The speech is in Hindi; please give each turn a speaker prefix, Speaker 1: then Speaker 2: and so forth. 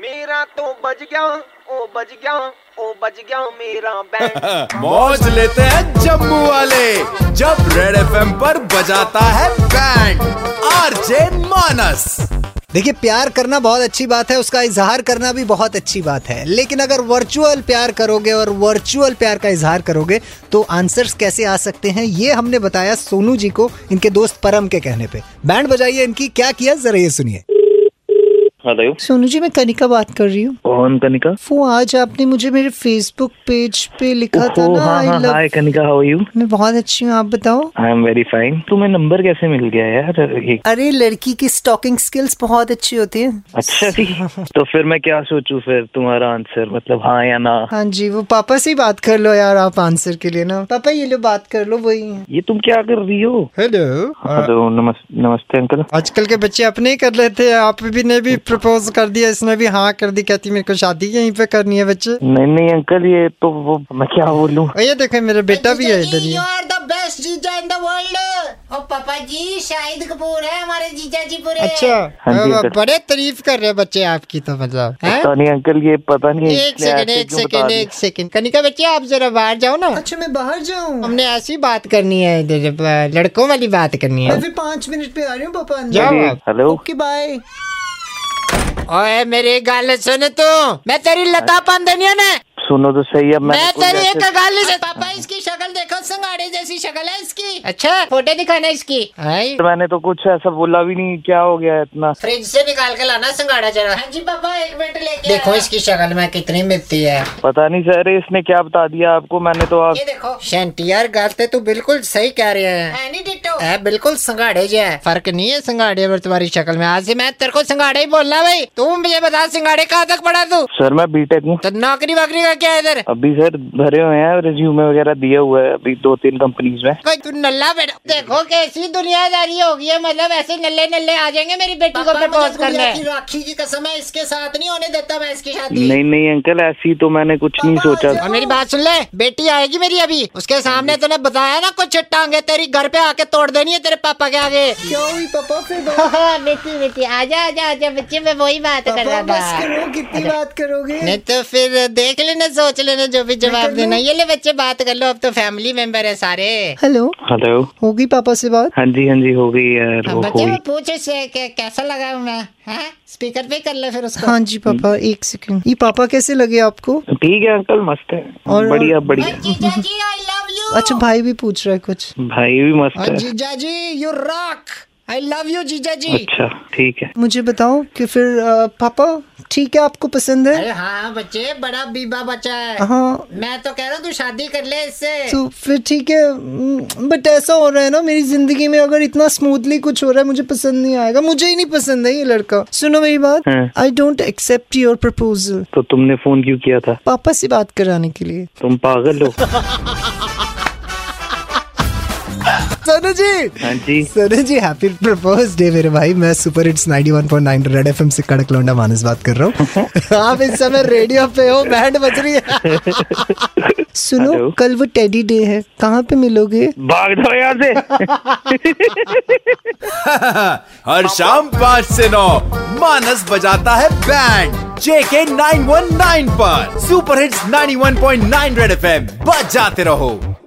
Speaker 1: मेरा तो बज गया ओ बज गया ओ बज गया मेरा बैंड
Speaker 2: मौज लेते हैं जम्मू वाले जब रेड एफएम पर बजाता है बैंड आरजे मानस
Speaker 3: देखिए प्यार करना बहुत अच्छी बात है उसका इजहार करना भी बहुत अच्छी बात है लेकिन अगर वर्चुअल प्यार करोगे और वर्चुअल प्यार का इजहार करोगे तो आंसर्स कैसे आ सकते हैं ये हमने बताया सोनू जी को इनके दोस्त परम के कहने पे बैंड बजाइए इनकी क्या किया जरा ये सुनिए
Speaker 4: हेलो
Speaker 3: सोनू जी मैं कनिका बात कर रही हूँ
Speaker 4: कौन कनिका
Speaker 3: वो आज आपने मुझे मेरे फेसबुक पेज पे लिखा था
Speaker 4: ओह,
Speaker 3: ना
Speaker 4: हाँ हाँ
Speaker 3: I love
Speaker 4: hi Kanika how you
Speaker 3: मैं बहुत अच्छी हूँ आप बताओ
Speaker 4: आई एम वेरी फाइन तुम्हें नंबर कैसे मिल गया यार ये
Speaker 3: अरे लड़की की स्टॉकिंग स्किल्स बहुत अच्छी होती है
Speaker 4: अच्छा जी तो फिर मैं क्या सोचूं फिर तुम्हारा आंसर मतलब हाँ या ना
Speaker 3: हाँ जी वो पापा से ही बात कर लो यार आप आंसर के लिए ना पापा ये लो बात कर लो वही है
Speaker 4: ये तुम क्या कर रही हो
Speaker 3: हेलो
Speaker 4: हेलो नमस, नमस्ते अंकल
Speaker 3: आजकल के बच्चे अपने ही कर लेते हैं आप भी ने भी प्रपोज कर दिया इसने भी हाँ कर दी कहती मेरे को शादी यहीं पे करनी है बच्चे
Speaker 4: नहीं नहीं अंकल ये तो वो मैं क्या बोलूं
Speaker 3: और ये देखो मेरा बेटा भी है इधर ही
Speaker 5: यू आर द बेस्ट जीजा इन द वर्ल्ड और पापा जी शाहिद कपूर है हमारे जीजा जी पूरे
Speaker 3: अच्छा
Speaker 4: हाँ जी,
Speaker 3: अब
Speaker 4: अंकल।
Speaker 3: बड़े तारीफ कर रहे हैं बच्चे आपकी तो मतलब हैं?
Speaker 4: पता नहीं अंकल ये पता नहीं
Speaker 3: एक
Speaker 4: इसने
Speaker 3: सेकंड
Speaker 4: ऐसे
Speaker 3: एक
Speaker 4: क्यों बता
Speaker 3: सेकंड
Speaker 4: दिया।
Speaker 3: एक सेकंड कनिका बच्चे आप जरा बाहर जाओ ना अच्छा मैं बाहर जाऊँ हमने ऐसी बात करनी है इधर अ, लड़कों वाली बात करनी है अभी पाँच मिनट पे आ रही हूँ पापा जाओ
Speaker 4: अरे,
Speaker 3: आप
Speaker 4: हेलो
Speaker 3: बाय ओए मेरी गाल सुन तू मैं तेरी लता पांधनिया ने
Speaker 4: सुनो तो सही अब मैं
Speaker 3: मैं
Speaker 4: कोई
Speaker 3: तेरी एक
Speaker 4: ऐसे-
Speaker 3: गाल से
Speaker 5: पापा इसकी शक्ल देखो संगाड़े जैसी शक्ल है इसकी
Speaker 3: अच्छा
Speaker 5: फोटो दिखाना इसकी
Speaker 3: आई
Speaker 4: मैंने तो कुछ ऐसा बोला भी नहीं क्या हो गया इतना
Speaker 3: फ्रिज से निकाल के लाना सिंगाड़ा जरा
Speaker 5: हाँ जी पापा एक मिनट लेके
Speaker 3: देखो
Speaker 5: आना।
Speaker 3: इसकी शक्ल में कितनी मिलती है
Speaker 4: पता नहीं सर इसने क्या बता दिया आपको मैंने तो आप
Speaker 5: ये देखो
Speaker 3: शेंटियार गालते तू बिल्कुल सही कह रहे हैं
Speaker 5: है नहीं डिट्टो
Speaker 3: है बिल्कुल संगाड़े जो है फर्क नहीं है संगाड़े और तुम्हारी शक्ल में आज से मैं तेरे को संगाड़े ही बोलना भाई तू मुझे बता संगाड़े कहाँ तक पढ़ा तू
Speaker 4: सर मैं बीटेक हूँ
Speaker 3: तो नौकरी वोकरी का क्या है इधर
Speaker 4: अभी सर भरे हुए हैं रिज्यूमे वगैरह दिया हुआ है अभी दो तीन कंपनीज में
Speaker 3: कोई तू नल्ला बेटा
Speaker 5: देखो कैसी दुनियादारी होगी है मतलब ऐसे नल्ले नल्ले आ जाएंगे मेरी बेटी
Speaker 3: को propose करने।
Speaker 5: राखी की कसम है इसके साथ नहीं होने देता मैं इसकी शादी
Speaker 4: नहीं नहीं अंकल ऐसी तो मैंने कुछ नहीं सोचा
Speaker 3: और मेरी बात सुन ले बेटी आएगी मेरी अभी उसके सामने तूने बताया ना कुछ टांगे तेरी घर पे आके तोड़ देनी है तेरे पापा के आगे
Speaker 5: क्या हुई पापा फिर
Speaker 6: बेटी बेटी आजा आजा आजा बच्चे मैं वही बात कर रहा था
Speaker 5: करो कितनी बात करोगे
Speaker 3: अच्छा। नहीं तो फिर देख लेना सोच लेना जो भी जवाब देना ये ले बच्चे बात कर लो अब तो फैमिली मेंबर है सारे हेलो
Speaker 4: हेलो
Speaker 3: होगी पापा से बात
Speaker 4: हाँ जी हाँ जी हो गई यार वो
Speaker 6: बच्चे
Speaker 4: हुई
Speaker 6: मैं पूछ उससे कि कैसा लगा हूं मैं हैं स्पीकर पे कर ले फिर उसको
Speaker 3: हाँ जी पापा एक सेकंड ये पापा कैसे लगे आपको
Speaker 4: ठीक है अंकल मस्त है
Speaker 3: और-
Speaker 4: बढ़िया
Speaker 6: हाँ,
Speaker 4: बढ़िया
Speaker 5: जीजा जी आई लव यू
Speaker 3: अच्छा भाई भी पूछ रहा है कुछ
Speaker 4: भाई भी मस्त
Speaker 6: हाँ,
Speaker 4: है
Speaker 3: जीजा जी you rock I love you जीजा जी
Speaker 4: अच्छा ठीक है
Speaker 3: मुझे बताओ कि फिर अ, पापा ठीक है आपको पसंद है
Speaker 6: अरे हाँ बच्चे बड़ा बीबा बच्चा है
Speaker 3: हाँ
Speaker 6: मैं तो कह रहा हूँ तू शादी कर ले इससे
Speaker 3: तो फिर ठीक है बट ऐसा हो रहा है ना मेरी जिंदगी में अगर इतना स्मूथली कुछ हो रहा है मुझे पसंद नहीं आएगा मुझे ही नहीं पसंद है ये लड़का सुनो मेरी बात
Speaker 4: हाँ।
Speaker 3: I don't accept your proposal
Speaker 4: तो तुमने फोन क्यों किया था
Speaker 3: पापा से बात कराने के लिए
Speaker 4: तुम पागल हो
Speaker 3: सोनू जी
Speaker 4: हाँ जी
Speaker 3: Sonu ji happy propose day मेरे भाई मैं सुपर हिट्स 91.9 रेड एफएम से कड़क लौंडा मानस बात कर रहा हूँ आप इस समय रेडियो पे हो बैंड बज रही है सुनो
Speaker 4: Hello.
Speaker 3: कल वो टेडी डे है कहाँ पे मिलोगे
Speaker 4: भाग जाओ यहाँ से
Speaker 2: हर शाम पाँच से नौ मानस बजाता है बैंड जेके 919 पर सुपर हिट्स 91.9 रेड एफएम बजाते रहो